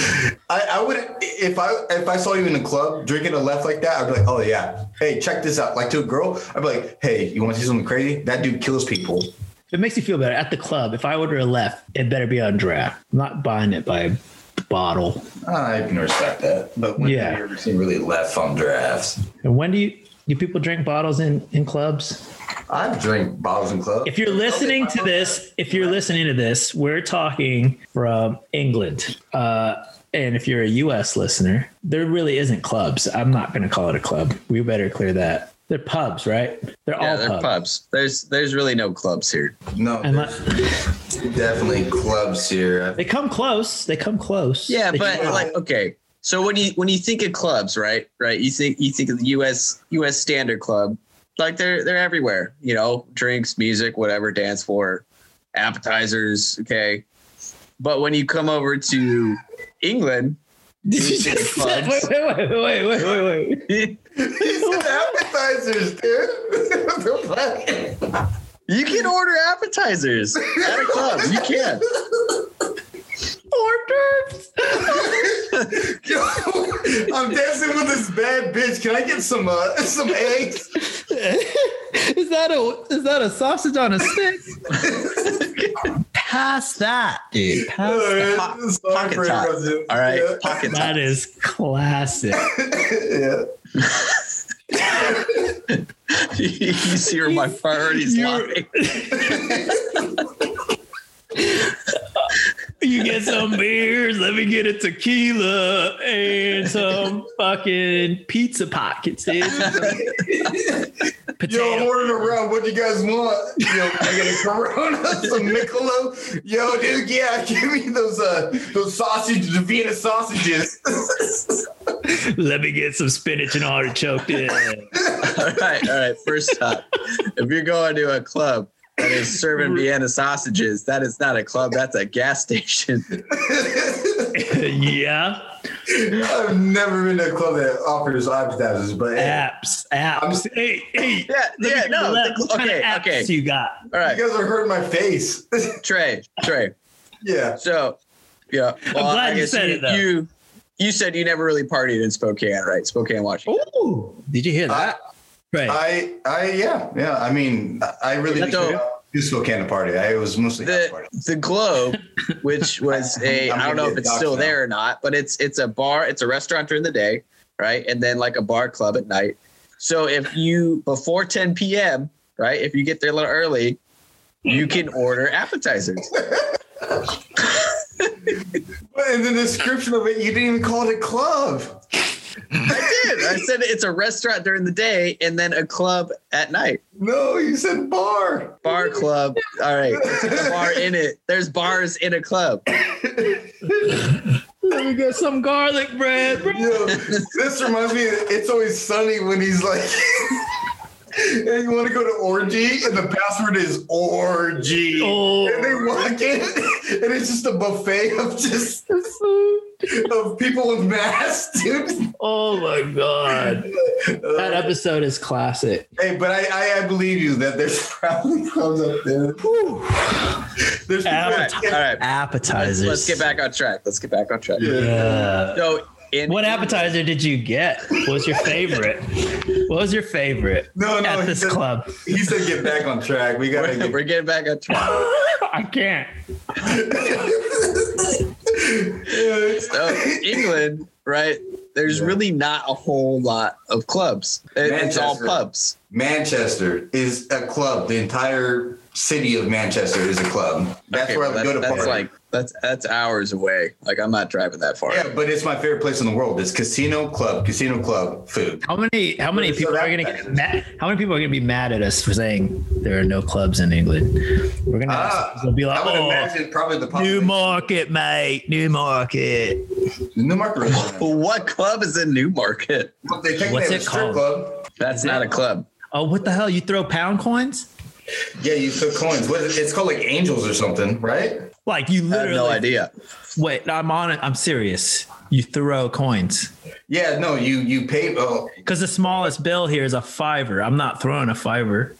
Speaker 2: I, I would if I if I saw you in a club drinking a left like that, I'd be like, oh yeah. Hey, check this out. Like to a girl, I'd be like, hey, you want to see something crazy? That dude kills people.
Speaker 3: If it makes you feel better at the club, if I order a left, it better be on draft. I'm not buying it by bottle.
Speaker 2: I can respect that. But when
Speaker 3: Yeah.
Speaker 2: have you ever seen really left on drafts?
Speaker 3: And when do you do people drink bottles in in clubs?
Speaker 2: I drink bottles and clubs.
Speaker 3: If you're listening to this, if you're listening to this, we're talking from England. Uh, and if you're a US listener, there really isn't clubs. I'm not going to call it a club. We better clear that. They're pubs, right? They're
Speaker 1: Yeah,
Speaker 3: all
Speaker 1: they're
Speaker 3: pubs.
Speaker 1: pubs. There's there's really no clubs here.
Speaker 2: no,
Speaker 3: And like,
Speaker 2: definitely clubs here.
Speaker 3: they come close. They come close.
Speaker 1: Yeah,
Speaker 3: They-
Speaker 1: but
Speaker 2: Yeah.
Speaker 1: like okay. So when you when you think of clubs, right? Right? You think you think of the US US standard club. Like they're they're everywhere, you know, drinks, music, whatever, dance floor, appetizers, okay? But when you come over to England,
Speaker 3: Did
Speaker 1: you just-
Speaker 3: wait, wait, wait, wait, wait, wait, wait.
Speaker 2: He said appetizers, dude. What the fuck?
Speaker 1: You can order appetizers at a club. You can.
Speaker 3: Orders.
Speaker 2: Yo, I'm dancing with this bad bitch. Can I get some uh, some eggs?
Speaker 3: is that a is that a sausage on a stick? Pass that, dude. Pass that.
Speaker 2: Sorry
Speaker 1: pocket
Speaker 2: for
Speaker 1: tot.
Speaker 2: interrupting.
Speaker 1: All right,
Speaker 2: Yeah.
Speaker 1: pocket
Speaker 3: That
Speaker 1: top.
Speaker 3: is classic.
Speaker 2: yeah.
Speaker 1: you see where my priorities
Speaker 3: You're-
Speaker 1: lie.
Speaker 3: You get some beers. Let me get a tequila and some fucking pizza pockets. dude.
Speaker 2: Yo, I'm
Speaker 3: Potato.
Speaker 2: ordering around. What do you guys want? Yo, I got a Corona, some Michelob. Yo, dude, yeah, give me those uh those sausages, the Vienna sausages.
Speaker 3: Let me get some spinach and artichoke. dude.
Speaker 1: All right, all right. First stop. If you're going to a club that is serving Vienna sausages, that is not a club. That's a gas station.
Speaker 3: yeah.
Speaker 2: I've never been to a club that offers appetizers, but hey,
Speaker 3: Apps. Apps.
Speaker 2: I'm-
Speaker 3: hey, hey.
Speaker 1: Yeah,
Speaker 3: let me
Speaker 1: yeah.
Speaker 3: get
Speaker 1: No.
Speaker 3: the left.
Speaker 1: the-
Speaker 3: What kind of
Speaker 1: okay,
Speaker 3: apps
Speaker 1: okay.
Speaker 3: you got?
Speaker 1: All
Speaker 2: you
Speaker 1: right,
Speaker 2: guys are hurting my face.
Speaker 1: Trey. Trey.
Speaker 2: yeah.
Speaker 1: So, yeah. Well,
Speaker 3: glad
Speaker 1: I
Speaker 3: you
Speaker 1: guess
Speaker 3: said
Speaker 1: you,
Speaker 3: it, though.
Speaker 1: you you said you never really partied in Spokane, right? Spokane, Washington.
Speaker 3: Oh, did you hear
Speaker 2: I,
Speaker 3: that? right.
Speaker 2: I, I, yeah, yeah. I mean, I- I really
Speaker 1: That's
Speaker 2: didn't
Speaker 1: dope.
Speaker 2: do Spokane party. I was mostly house
Speaker 1: the
Speaker 2: party.
Speaker 1: the globe which was a
Speaker 2: I'm
Speaker 1: i don't
Speaker 2: gonna
Speaker 1: know
Speaker 2: get
Speaker 1: if it's
Speaker 2: doxxed
Speaker 1: still
Speaker 2: now.
Speaker 1: there or not but it's it's a bar it's a restaurant during the day right and then like a bar club at night so if you before 10 p.m right if you get there a little early you can order appetizers
Speaker 2: But in the description of it, you didn't even call it a club.
Speaker 1: i did i said it's a restaurant during the day and then a club at night
Speaker 2: No, you said bar.
Speaker 1: bar club all right it's got a bar in it there's bars in a club
Speaker 3: Let me get some garlic bread, bro.
Speaker 2: Yo, this reminds me. Of it's always sunny when he's like, "Hey, you want to go to orgy?" And the password is orgy.
Speaker 3: Oh.
Speaker 2: And they walk in, and it's just a buffet of just of people with masks, dude.
Speaker 3: Oh my god. That episode is classic.
Speaker 2: Hey, but I, I, I believe you that there's probably clubs up there. There's people
Speaker 1: all
Speaker 3: Ow.
Speaker 1: right all right
Speaker 3: Appetizers.
Speaker 1: let's get back on track let's get back on track
Speaker 2: Yeah.
Speaker 3: Yeah.
Speaker 1: so in
Speaker 3: What appetizer did you get? What was your favorite? What was your favorite
Speaker 2: No, no,
Speaker 3: at
Speaker 2: he
Speaker 3: this
Speaker 2: said-
Speaker 3: club?
Speaker 2: He said, "Get back on track. We gotta
Speaker 1: we're,
Speaker 2: get."
Speaker 1: we're getting back on track.
Speaker 3: I can't.
Speaker 1: So England, right? There's
Speaker 2: Yeah.
Speaker 1: really not a whole lot of clubs. It- It's all
Speaker 2: Manchester.
Speaker 1: pubs.
Speaker 2: Manchester is a club. The entire city of Manchester is a club. That's
Speaker 1: Okay,
Speaker 2: where I
Speaker 1: well,
Speaker 2: would go to
Speaker 1: that's
Speaker 2: party.
Speaker 1: like that's that's hours away. Like I'm not driving that far.
Speaker 2: yeah, but it's my favorite place in the world. It's casino club, casino club, food.
Speaker 3: How many how many
Speaker 2: So
Speaker 3: people
Speaker 2: that-
Speaker 3: are gonna get mad how many people are gonna be mad at us for saying there are no clubs in England? We're gonna
Speaker 2: Ah,
Speaker 3: they'll be like,
Speaker 2: I would
Speaker 3: oh,
Speaker 2: imagine probably the
Speaker 3: New
Speaker 2: population.
Speaker 3: Market, mate, New Market.
Speaker 2: Newmarket.
Speaker 1: But what club is in Newmarket?
Speaker 2: They think
Speaker 3: What's
Speaker 2: they
Speaker 3: it
Speaker 2: have a strip
Speaker 3: called?
Speaker 2: club.
Speaker 1: That's not a club.
Speaker 3: Oh, what the hell? You throw pound coins?
Speaker 2: Yeah, you took coins. What is it? It's called like Angels or something, right?
Speaker 3: Like you
Speaker 1: I have
Speaker 3: literally
Speaker 1: no idea.
Speaker 3: Wait, I'm on it. I'm serious. You throw coins
Speaker 2: Yeah, no, you you pay. Oh,
Speaker 3: because the smallest bill here is a fiver. I'm not throwing a fiver.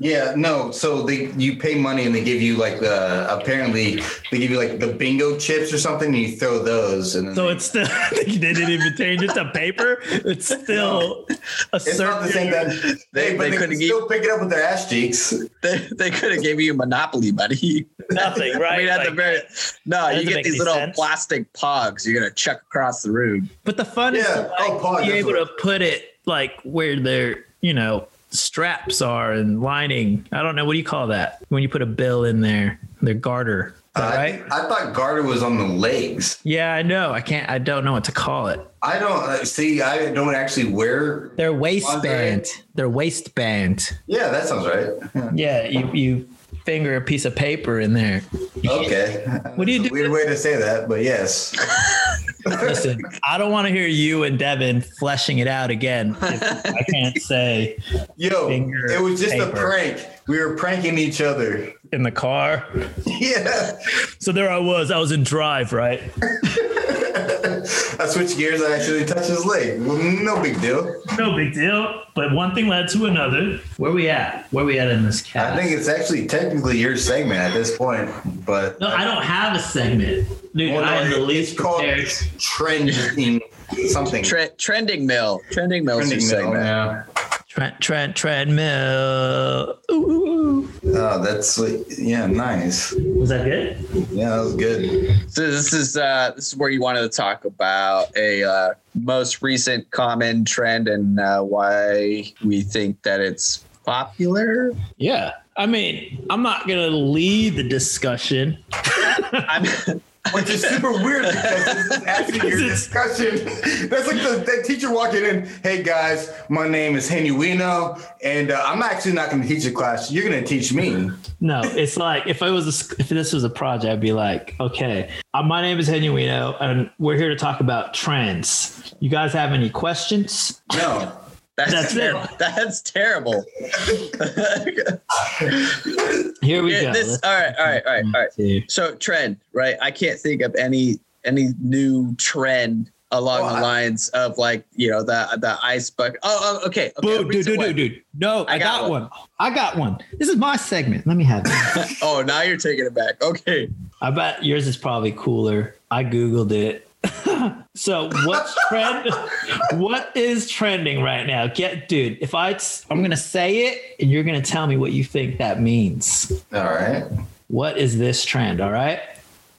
Speaker 2: Yeah, no. So they you pay money and they give you like the apparently they give you like the bingo chips or something. And you throw those and then
Speaker 3: So
Speaker 2: they-
Speaker 3: it's still they didn't even change it to paper. It's still a
Speaker 2: it's not
Speaker 3: certain.
Speaker 2: the same thing.
Speaker 1: They-
Speaker 2: They,
Speaker 1: they
Speaker 2: but they,
Speaker 1: couldn't
Speaker 2: can still pick it up with their ass cheeks.
Speaker 1: They, they could have gave you Monopoly money.
Speaker 3: nothing, right?
Speaker 1: I mean, at the
Speaker 3: Like,
Speaker 1: very no,
Speaker 3: that
Speaker 1: you
Speaker 3: doesn't
Speaker 1: get
Speaker 3: make
Speaker 1: these
Speaker 3: any
Speaker 1: little
Speaker 3: sense.
Speaker 1: plastic pogs. You're gonna chuck across the room.
Speaker 3: but the fun is
Speaker 2: Yeah.
Speaker 3: to like,
Speaker 2: Oh, pog,
Speaker 3: be
Speaker 2: that's
Speaker 3: able
Speaker 2: what-
Speaker 3: to put it like where their you know straps are and lining. I don't know what do you call that when you put a bill in there, their garter. Is that
Speaker 2: I-
Speaker 3: right?
Speaker 2: I, thought garter was on the legs.
Speaker 3: Yeah, I know. I can't. I don't know what to call it.
Speaker 2: I don't uh, see. I don't actually wear.
Speaker 3: Their waistband. Their waistband.
Speaker 2: Yeah, that sounds right.
Speaker 3: Yeah, you you finger a piece of paper in there.
Speaker 2: Okay.
Speaker 3: What do you
Speaker 2: It's a
Speaker 3: do-
Speaker 2: Weird way to say that, but yes.
Speaker 3: Listen, I don't want to hear you and Devin fleshing it out again. If I can't say
Speaker 2: Yo,
Speaker 3: Finger
Speaker 2: it was just a
Speaker 3: paper.
Speaker 2: prank. We were pranking each other.
Speaker 3: in the car.
Speaker 2: Yeah.
Speaker 3: So there I was. I was in drive, right?
Speaker 2: I switched gears. I actually touched his leg. Well, no big deal.
Speaker 3: No big deal. But one thing led to another.
Speaker 4: Where we at? Where we at in this
Speaker 2: I
Speaker 4: cast?
Speaker 2: think it's actually technically your segment at this point, but
Speaker 4: no, I don't have a segment. Dude,
Speaker 2: Well, no,
Speaker 4: I am the
Speaker 2: it's
Speaker 4: least
Speaker 2: called
Speaker 4: prepared.
Speaker 2: trending something.
Speaker 1: Tre- trending mill. Trending mill's
Speaker 2: Trending now.
Speaker 1: your segment.
Speaker 2: Yeah.
Speaker 3: Trent, Trent, treadmill. Ooh, ooh,
Speaker 2: Oh, that's like- yeah, nice.
Speaker 3: ooh. Was that good?
Speaker 2: Yeah, that was good.
Speaker 1: So this is uh, this is where you wanted to talk about a uh, most recent common trend and uh, why we think that it's popular.
Speaker 3: Yeah. I mean, I'm not going to lead the discussion.
Speaker 1: I'm,
Speaker 2: Which is super weird because this is actually your
Speaker 3: Because it's-
Speaker 2: discussion. That's like the, that teacher walking in. Hey guys, my name is Henny Wino, and uh, I'm actually not going to teach a class. You're going to teach me.
Speaker 3: No, it's like if I was a sc- if this was a project, I'd be like, okay, uh, my name is Henuino, and we're here to talk about trends. You guys have any questions?
Speaker 2: No,
Speaker 1: that's
Speaker 3: That's
Speaker 1: terrible. That's terrible.
Speaker 3: Here we go.
Speaker 1: this,
Speaker 3: Let's-
Speaker 1: all right, all right, all right, all right. So trend, right? I can't think of any any new trend along
Speaker 2: Oh,
Speaker 1: the
Speaker 2: I-
Speaker 1: lines of like you know the the ice bucket. Oh, oh, okay. okay
Speaker 3: Boo,
Speaker 1: I'll
Speaker 3: dude,
Speaker 1: read
Speaker 3: dude,
Speaker 1: one.
Speaker 3: dude, dude. No, I, got, one. I got one. This is my segment. Let me have it.
Speaker 1: Oh, now you're taking it back. Okay.
Speaker 3: I bet yours is probably cooler. I googled it. so what trend? what is trending right now? Get, dude. If I, I'm gonna say it, and you're gonna tell me what you think that means.
Speaker 2: all right.
Speaker 3: what is this trend? All right.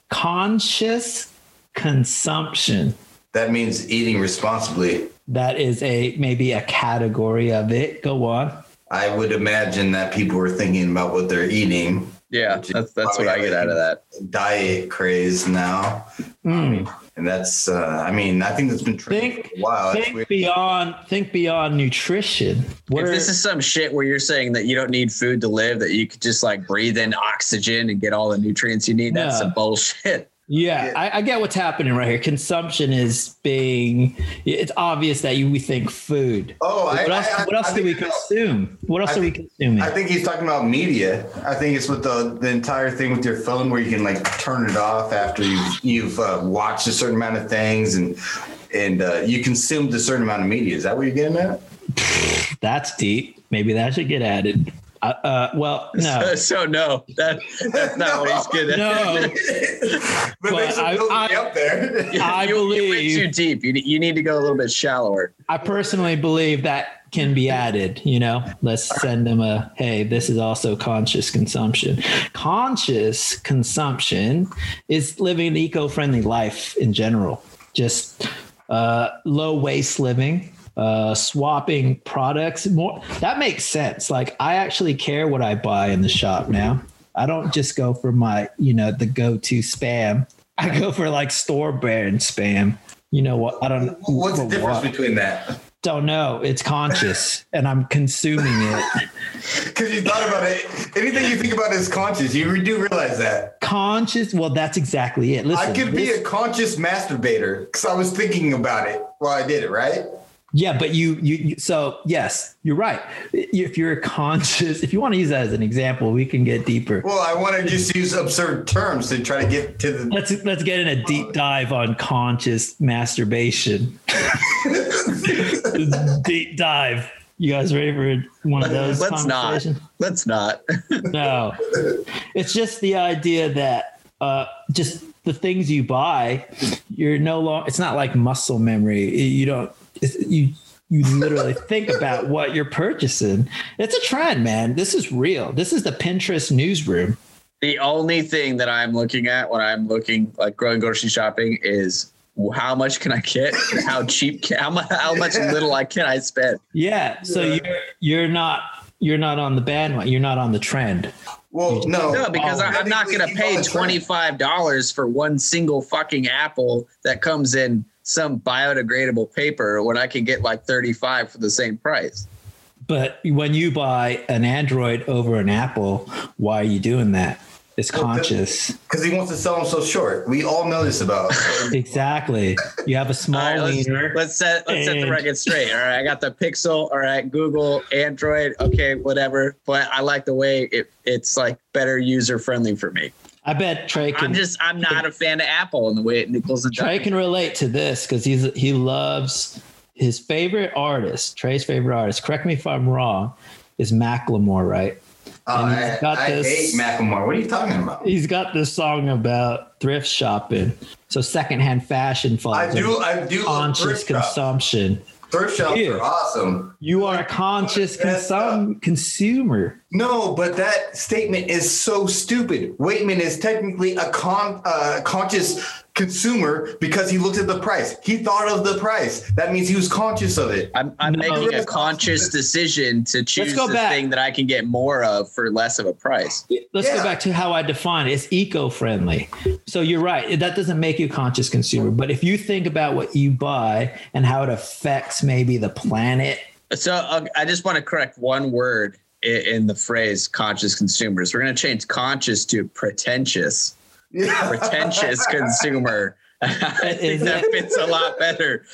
Speaker 3: Conscious consumption.
Speaker 2: That means eating responsibly.
Speaker 3: That is a maybe a category of it. Go on.
Speaker 2: I would imagine that people were thinking about what they're eating.
Speaker 1: Yeah, that's that's what I get out of that.
Speaker 2: Diet craze now,
Speaker 3: Mm.
Speaker 2: and that's. Uh, I mean, I think that's been trending
Speaker 3: Think-
Speaker 2: for a while. It's
Speaker 3: Think
Speaker 2: weird.
Speaker 3: beyond think beyond nutrition. Where
Speaker 1: If this is some shit where you're saying that you don't need food to live, that you could just like breathe in oxygen and get all the nutrients you need, that's
Speaker 3: No.
Speaker 1: some bullshit.
Speaker 3: yeah,
Speaker 2: Yeah.
Speaker 3: I, I get what's happening right here. Consumption is being it's obvious that you we think food.
Speaker 2: Oh, I,
Speaker 3: What else,
Speaker 2: I, I,
Speaker 3: what else
Speaker 2: I
Speaker 3: do we
Speaker 2: think-
Speaker 3: consume? What else
Speaker 2: I
Speaker 3: are we
Speaker 2: think-
Speaker 3: consuming?
Speaker 2: I think he's talking about media. I think it's with the the entire thing with your phone where you can like turn it off after you've you've uh, watched a certain amount of things and and uh, you consumed a certain amount of media. Is that what you're getting at?
Speaker 3: That's deep. Maybe that should get added. Uh, uh, well, no.
Speaker 1: So, so no, that, that's not what he's good at.
Speaker 3: No,
Speaker 2: but they
Speaker 3: But
Speaker 2: should
Speaker 3: I-
Speaker 2: build me
Speaker 3: I-
Speaker 2: up there.
Speaker 3: I
Speaker 1: you, you went
Speaker 3: believe-
Speaker 1: too deep. You, you need to go a little bit shallower.
Speaker 3: I personally believe that can be added, you know. Let's send them a hey, this is also conscious consumption. Conscious consumption is living an eco-friendly life in general. Just uh low waste living, uh swapping products more that makes sense. Like I actually care what I buy in the shop now. I don't just go for my, you know, the go-to spam. I go for like store brand spam. You know what? I don't
Speaker 2: What's the
Speaker 3: what-
Speaker 2: difference between that?
Speaker 3: don't know. It's conscious, and I'm consuming it.
Speaker 2: Because you thought about it. Anything you think about is conscious. You do realize that.
Speaker 3: Conscious. Well, that's exactly it. Listen,
Speaker 2: I could be
Speaker 3: this-
Speaker 2: a conscious masturbator because I was thinking about it while I did it, right?
Speaker 3: yeah, but you, you, you. So yes, you're right. If you're a conscious, if you want to use that as an example, we can get deeper.
Speaker 2: Well, I want to just use absurd terms to try to get to the.
Speaker 3: Let's let's get in a deep dive on conscious masturbation. deep dive. You guys ready for one of those?
Speaker 1: Let's not.
Speaker 3: conversations?
Speaker 1: Let's not.
Speaker 3: no it's just the idea that uh just the things you buy you're no longer it's not like muscle memory you don't it's, you you literally think about what you're purchasing it's a trend man this is real this is the pinterest newsroom
Speaker 1: The only thing that I'm looking at when I'm looking like going grocery shopping is how much can I get? and How cheap? Can, how much? How much little I can I spend?
Speaker 3: yeah so
Speaker 2: Yeah.
Speaker 3: you're you're not you're not on the bandwagon you're not on the trend
Speaker 2: Well, no. Um,
Speaker 1: No, because
Speaker 2: oh,
Speaker 1: I, I'm not going to pay twenty five dollars for one single fucking apple that comes in some biodegradable paper when I can get like thirty five for the same price.
Speaker 3: but when you buy an android over an apple why are you doing that it's
Speaker 2: Well, the-
Speaker 3: conscious
Speaker 2: Because he wants to sell him so short. We all know this about. uh,
Speaker 3: Exactly. You have a small
Speaker 1: All right, let's,
Speaker 3: wiener.
Speaker 1: let's set let's set the
Speaker 3: And-
Speaker 1: record straight. All right, I got the Pixel. All right, Google, Android. Okay, whatever. But I like the way it, it's like better user friendly for me.
Speaker 3: I bet Trey can.
Speaker 1: I'm just I'm not a fan of Apple and the way it nickels and
Speaker 3: Trey
Speaker 1: dimes.
Speaker 3: can relate to this because he's he loves his favorite artist. Trey's favorite artist. Correct me if I'm wrong. Is Macklemore right?
Speaker 2: Oh,
Speaker 3: And he's
Speaker 2: I,
Speaker 3: got
Speaker 2: I
Speaker 3: this-
Speaker 2: hate Macklemore. What are you talking about?
Speaker 3: He's got this song about thrift shopping. So secondhand fashion falls
Speaker 2: I do.
Speaker 3: under
Speaker 2: I do love
Speaker 3: conscious
Speaker 2: thrift shops.
Speaker 3: consumption.
Speaker 2: Thrift shops
Speaker 3: Yeah.
Speaker 2: are awesome.
Speaker 3: You are a conscious
Speaker 2: That's
Speaker 3: consum- consumer.
Speaker 2: No, but that statement is so stupid. Waitman is technically a con, uh, conscious consumer because he looked at the price. He thought of the price. That means he was conscious of it.
Speaker 1: I'm, I'm
Speaker 3: No.
Speaker 1: making a conscious decision to choose
Speaker 3: go
Speaker 1: the
Speaker 3: back.
Speaker 1: thing that I can get more of for less of a price.
Speaker 3: Let's go
Speaker 2: Yeah.
Speaker 3: back to how I define it. It's eco-friendly. So you're right. That doesn't make you a conscious consumer. But if you think about what you buy and how it affects maybe the planet,
Speaker 1: So uh, I just want to correct one word in, in the phrase conscious consumers. We're going to change conscious to pretentious, pretentious consumer. I think that fits a lot better.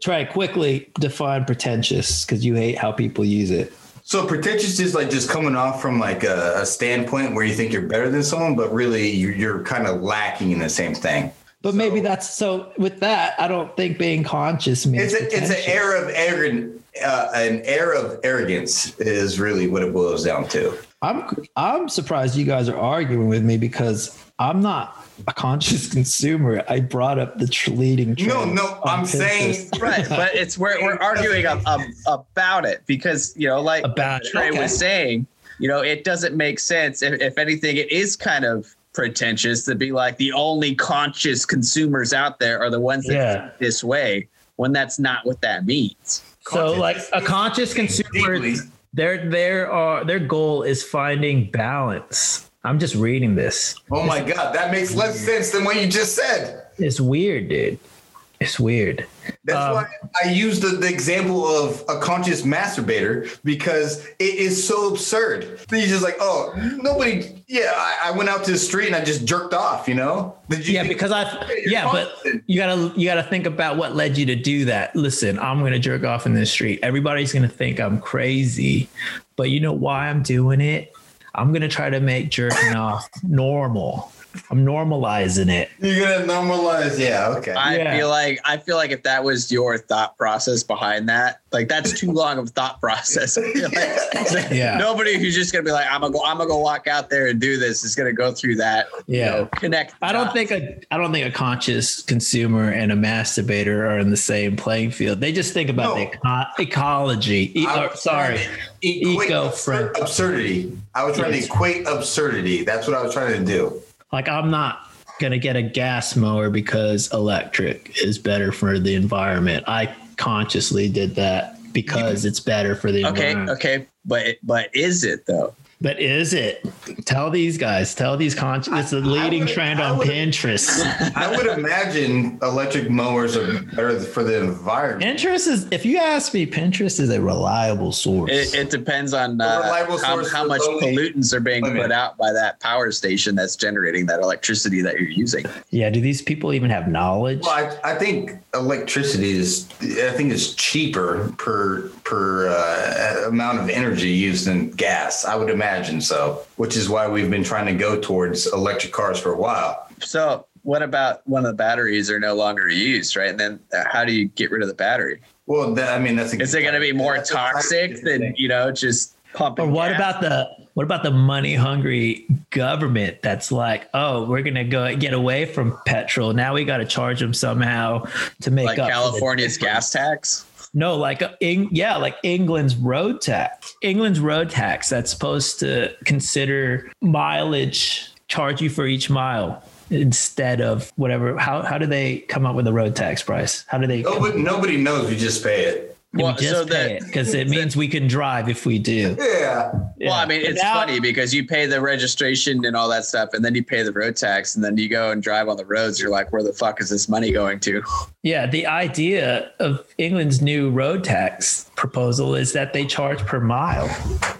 Speaker 3: try quickly define pretentious because you hate how people use it.
Speaker 2: So pretentious is like just coming off from like a, a standpoint where you think you're better than someone, but really you're, you're kind of lacking in the same thing.
Speaker 3: But maybe that's so. With that, I don't think being conscious means
Speaker 2: It's a, it's an
Speaker 3: pretentious.
Speaker 2: air of arrogant, uh, an air of arrogance is really what it boils down to.
Speaker 3: I'm I'm surprised you guys are arguing with me because I'm not a conscious consumer. I brought up the tr- leading.
Speaker 2: No,
Speaker 3: trend
Speaker 2: no,
Speaker 3: on
Speaker 2: I'm saying
Speaker 3: Pinterest
Speaker 1: Right. But it's where we're arguing ab- ab- about it because, you know, like
Speaker 3: about it.
Speaker 1: Trey
Speaker 3: Okay.
Speaker 1: was saying, you know, it doesn't make sense. If, if anything, it is kind of pretentious to be like the only conscious consumers out there are the ones that
Speaker 3: Yeah.
Speaker 1: think this way when that's not what that means.
Speaker 3: So like a conscious consumer,
Speaker 2: Deeply.
Speaker 3: their their are uh, their goal is finding balance. I'm just reading this.
Speaker 2: Oh my God, that makes less sense than what you just said.
Speaker 3: It's weird, dude. It's weird.
Speaker 2: That's
Speaker 3: Um,
Speaker 2: why I used the, the example of a conscious masturbator because it is so absurd. He's just like, oh, nobody. Yeah, I, I went out to the street and I just jerked off. You know? Did you
Speaker 3: Yeah,
Speaker 2: think-
Speaker 3: because I
Speaker 2: You're
Speaker 3: yeah, but
Speaker 2: constant.
Speaker 3: you gotta you gotta think about what led you to do that. Listen, I'm gonna jerk off in the street. Everybody's gonna think I'm crazy, but you know why I'm doing it? I'm gonna try to make jerking off normal. I'm normalizing it.
Speaker 2: you're gonna normalize. Yeah. Okay.
Speaker 1: I
Speaker 3: Yeah.
Speaker 1: feel like I feel like if that was your thought process behind that, like that's too long of a thought process. I feel like
Speaker 3: Yeah.
Speaker 1: Nobody who's just gonna be like, I'm gonna go, I'm gonna go walk out there and do this is gonna go through that. you
Speaker 3: Yeah.
Speaker 1: know, connect.
Speaker 3: I don't think a I don't think a conscious consumer and a masturbator are in the same playing field. They just think
Speaker 2: No.
Speaker 3: about the eco- ecology. E-
Speaker 2: I
Speaker 3: or,
Speaker 2: was
Speaker 3: sorry,
Speaker 2: trying to equate
Speaker 3: Eco-friendly.
Speaker 2: absur- Absurdity. I was trying
Speaker 3: Yes.
Speaker 2: to equate absurdity. That's what I was trying to do.
Speaker 3: like I'm not gonna get a gas mower because electric is better for the environment. I consciously did that because it's better for the
Speaker 1: Okay,
Speaker 3: environment.
Speaker 1: okay, but but is it though?
Speaker 3: But is it? Tell these guys. Tell these conscious. It's the
Speaker 2: I
Speaker 3: leading
Speaker 2: would-
Speaker 3: trend
Speaker 2: I
Speaker 3: on
Speaker 2: would-
Speaker 3: Pinterest.
Speaker 2: I would imagine electric mowers are better for the environment.
Speaker 3: Pinterest is. If you ask me, Pinterest is a reliable source.
Speaker 1: It, it depends on
Speaker 2: A
Speaker 1: uh,
Speaker 2: reliable
Speaker 1: how,
Speaker 2: source
Speaker 1: how
Speaker 2: of
Speaker 1: much
Speaker 2: only-
Speaker 1: pollutants are being
Speaker 2: Limit.
Speaker 1: put out by that power station that's generating that electricity that you're using.
Speaker 3: yeah. Do these people even have knowledge?
Speaker 2: Well, I, I think electricity is. I think it's cheaper per per uh, amount of energy used than gas. I would imagine so, which is why we've been trying to go towards electric cars for a while.
Speaker 1: So, what about when the batteries are no longer used, right? And then uh, how do you get rid of the battery?
Speaker 2: Well, that, I mean, that's. A,
Speaker 1: Is it going to be more
Speaker 2: that's a slightly
Speaker 1: toxic
Speaker 2: different
Speaker 1: than
Speaker 2: thing.
Speaker 1: you know just pumping?
Speaker 3: Or what
Speaker 1: gas?
Speaker 3: about the what about the money hungry government that's like, oh, we're gonna go get away from petrol. Now we got to charge them somehow to make
Speaker 1: like
Speaker 3: up. for the-
Speaker 1: California's gas tax?
Speaker 3: no, like uh, Eng- yeah, like England's road tax. England's road tax that's supposed to consider mileage, charge you for each mile instead of whatever. How how do they come up with a road tax price? How do they?
Speaker 2: Nobody, nobody knows. We just pay it.
Speaker 3: we
Speaker 1: Well,
Speaker 3: just
Speaker 1: so
Speaker 3: pay
Speaker 1: that-
Speaker 3: it because it means we can drive if we do.
Speaker 2: Yeah.
Speaker 1: Well, I
Speaker 3: Yeah.
Speaker 1: mean,
Speaker 3: But
Speaker 1: it's
Speaker 3: now-
Speaker 1: funny because you pay the registration and all that stuff, and then you pay the road tax, and then you go and drive on the roads. You're like, where the fuck is this money going to?
Speaker 3: Yeah, the idea of England's new road tax proposal is that they charge per mile.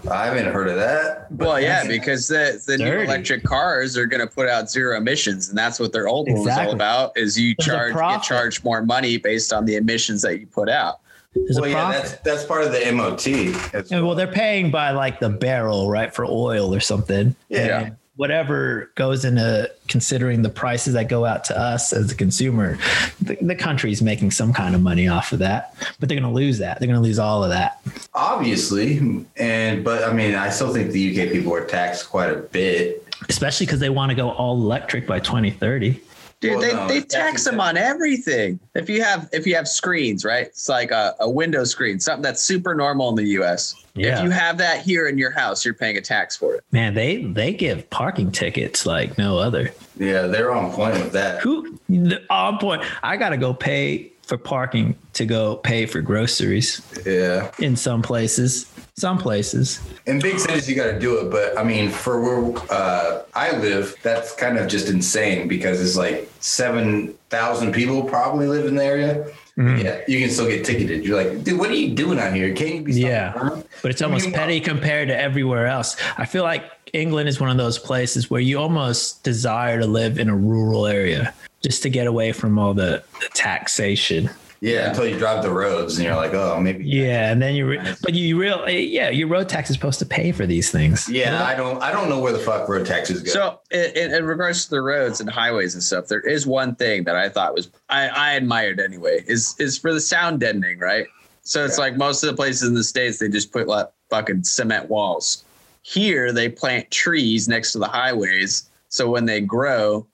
Speaker 2: I haven't heard of that.
Speaker 1: Well, yeah, because the the new
Speaker 3: dirty.
Speaker 1: electric cars are going to put out zero emissions, and that's what their old one was all
Speaker 3: Exactly.
Speaker 1: about. Is you
Speaker 3: There's a
Speaker 1: charge get
Speaker 3: profit.
Speaker 1: charged more money based on the emissions that you put out.
Speaker 3: There's
Speaker 2: well,
Speaker 3: a
Speaker 2: yeah,
Speaker 3: profit.
Speaker 2: that's that's part of the MOT. It's-
Speaker 3: And, well, they're paying by like the barrel, right, for oil or something.
Speaker 2: Yeah.
Speaker 3: And whatever goes into considering the prices that go out to us as the consumer, the, the country's making some kind of money off of that, but they're going to lose that. They're going to lose all of that.
Speaker 2: obviously, and but I mean, I still think the UK people are taxed quite a bit.
Speaker 3: especially because they want to go all electric by 2030.
Speaker 1: Dude,
Speaker 2: Well,
Speaker 1: they,
Speaker 2: no,
Speaker 1: they
Speaker 2: that's
Speaker 1: tax them on everything. If you have if you have screens, right? It's like a, a window screen, something that's super normal in the US.
Speaker 3: Yeah.
Speaker 1: If you have that here in your house, you're paying a tax for it.
Speaker 3: Man, they they give parking tickets like no other.
Speaker 2: Yeah, they're on point with that.
Speaker 3: Who the on point? I gotta go pay for parking to go pay for groceries
Speaker 2: Yeah.
Speaker 3: in some places. Some places.
Speaker 2: In big cities, you got to do it, but I mean, for where uh, I live, that's kind of just insane because it's like seven thousand people probably live in the area.
Speaker 3: Mm-hmm.
Speaker 2: Yeah, you can still get ticketed. You're like, dude, what are you doing out here? Can't you be? stopping
Speaker 3: Yeah.
Speaker 2: around?"
Speaker 3: But it's almost
Speaker 2: Meanwhile-
Speaker 3: petty compared to everywhere else. I feel like England is one of those places where you almost desire to live in a rural area just to get away from all the, the taxation.
Speaker 2: Yeah, until you drive the roads and you're like, oh, maybe.
Speaker 3: Yeah, and then you, re- but you real, eh, yeah, your road tax is supposed to pay for these things.
Speaker 2: Yeah, I don't, I don't know where the fuck road taxes go.
Speaker 1: So, in, in, in regards to the roads and highways and stuff, there is one thing that I thought was I, I admired anyway is is for the sound deadening, right? So it's like most of the places in the states they just put like fucking cement walls. Here they plant trees next to the highways, so when they grow,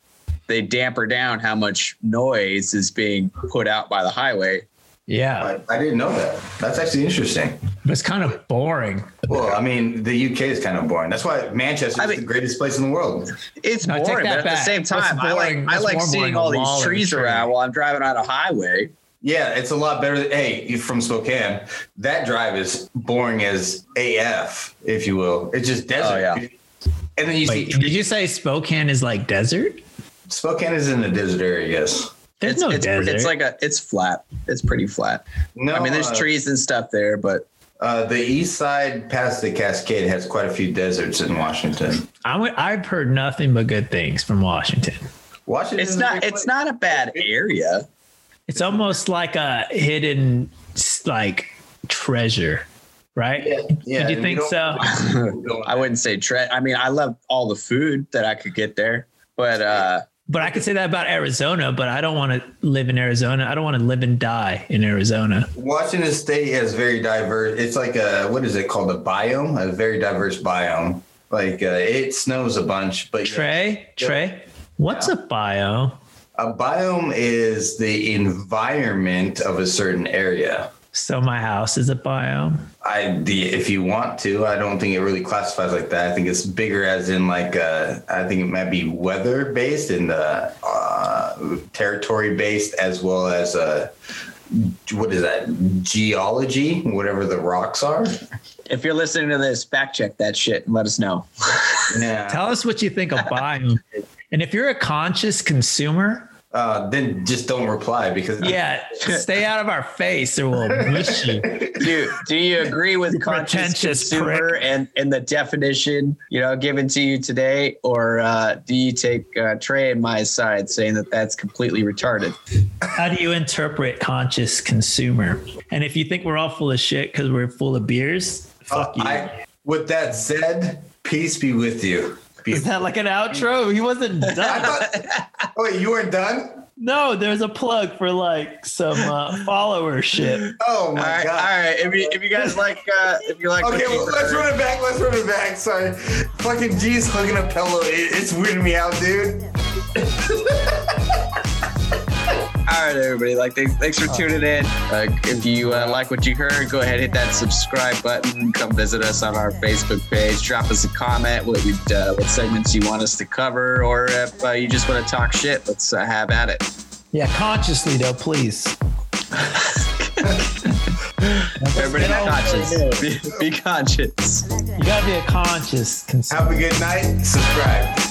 Speaker 1: they damper down how much noise is being put out by the highway.
Speaker 3: yeah,
Speaker 2: I, I didn't know that. That's actually interesting.
Speaker 3: but it's kind of boring.
Speaker 2: Well, I mean, the UK is kind of boring. That's why Manchester
Speaker 1: I
Speaker 2: is
Speaker 1: mean-
Speaker 2: the greatest place in the world.
Speaker 1: It's
Speaker 3: No, I take
Speaker 1: boring,
Speaker 3: that
Speaker 1: but at the
Speaker 3: back.
Speaker 1: same
Speaker 3: What's
Speaker 1: time, I like
Speaker 3: boring-
Speaker 1: I
Speaker 3: what's
Speaker 1: like
Speaker 3: more
Speaker 1: seeing
Speaker 3: boring,
Speaker 1: all
Speaker 3: a wall
Speaker 1: these
Speaker 3: or a
Speaker 1: trees
Speaker 3: tree?
Speaker 1: around while I'm driving on a highway.
Speaker 2: Yeah, it's a lot better. Than, hey, you're from Spokane. That drive is boring as AF, if you will. It's just desert.
Speaker 1: Oh, yeah.
Speaker 2: And then you
Speaker 3: Wait,
Speaker 2: see
Speaker 3: did you say Spokane is like desert?
Speaker 2: Spokane is in the desert area. Yes.
Speaker 3: There's
Speaker 1: it's,
Speaker 3: no
Speaker 1: it's,
Speaker 3: desert.
Speaker 1: It's like a it's flat. It's pretty flat.
Speaker 2: No,
Speaker 1: I mean, there's
Speaker 2: uh,
Speaker 1: trees and stuff there, but
Speaker 2: Uh, the east side past the Cascade has quite a few deserts in Washington.
Speaker 3: I'm, I've heard nothing but good things from Washington.
Speaker 2: Washington.
Speaker 1: it's
Speaker 2: is a
Speaker 1: not
Speaker 2: big
Speaker 1: it's
Speaker 2: place.
Speaker 1: not a bad area.
Speaker 3: It's almost like a hidden s- like treasure, right?
Speaker 2: Yeah, yeah,
Speaker 3: Did
Speaker 2: and
Speaker 3: you
Speaker 2: we
Speaker 3: think
Speaker 2: don't-
Speaker 3: so?
Speaker 1: I wouldn't say tre- I mean, I love all the food that I could get there, but uh,
Speaker 3: But I could say that about Arizona, but I don't want to live in Arizona. I don't want to live and die in Arizona.
Speaker 2: Washington State has very diverse. It's like a what is it called? A biome, a very diverse biome. Like uh, it snows a bunch, but
Speaker 3: Trey, Trey, what's a bio?
Speaker 2: a biome is the environment of a certain area.
Speaker 3: So my house is a biome.
Speaker 2: I the if you want to, I don't think it really classifies like that. I think it's bigger as in like uh, I think it might be weather based and uh, uh, territory based as well as uh, what is that geology, whatever the rocks are.
Speaker 1: if you're listening to this, fact check that shit and let us know.
Speaker 2: Yeah.
Speaker 3: Tell us what you think of biome. and if you're a conscious consumer,
Speaker 2: uh, then just don't reply because
Speaker 3: yeah, stay out of our face or we'll miss you.
Speaker 1: Do do you agree with conscious
Speaker 3: Pretentious
Speaker 1: consumer
Speaker 3: prick.
Speaker 1: and and the definition you know given to you today, or uh, do you take uh, Trey and my side saying that that's completely retarded?
Speaker 3: How do you interpret conscious consumer? And if you think we're all full of shit because we're full of beers, fuck you.
Speaker 2: Uh, I, with that said, peace be with you. Be-
Speaker 3: Is that like an outro? He wasn't
Speaker 2: I
Speaker 3: done.
Speaker 2: thought, oh, wait, you weren't done?
Speaker 3: no, there's a plug for like some uh, followership.
Speaker 2: Oh
Speaker 1: All
Speaker 2: my
Speaker 1: right, all
Speaker 2: god.
Speaker 1: right. If you if you guys like uh, if you like
Speaker 2: Okay,
Speaker 1: what you
Speaker 2: well, let's
Speaker 1: heard-
Speaker 2: run it back. Let's run it back. Sorry. Fucking G's hugging a pillow. It, it's weirding me out, dude.
Speaker 1: All right, everybody. Like, thanks, thanks for tuning in. Uh, if you uh, like what you heard, go ahead hit that subscribe button. Come visit us on our Facebook page. Drop us a comment. What you, uh, what segments you want us to cover, or if uh, you just want to talk shit, let's uh, have at it.
Speaker 3: Yeah, consciously though, please.
Speaker 1: Everybody, be
Speaker 3: get on
Speaker 1: conscious. Be, be conscious.
Speaker 3: You gotta be a conscious consumer.
Speaker 2: Have a good night. Subscribe.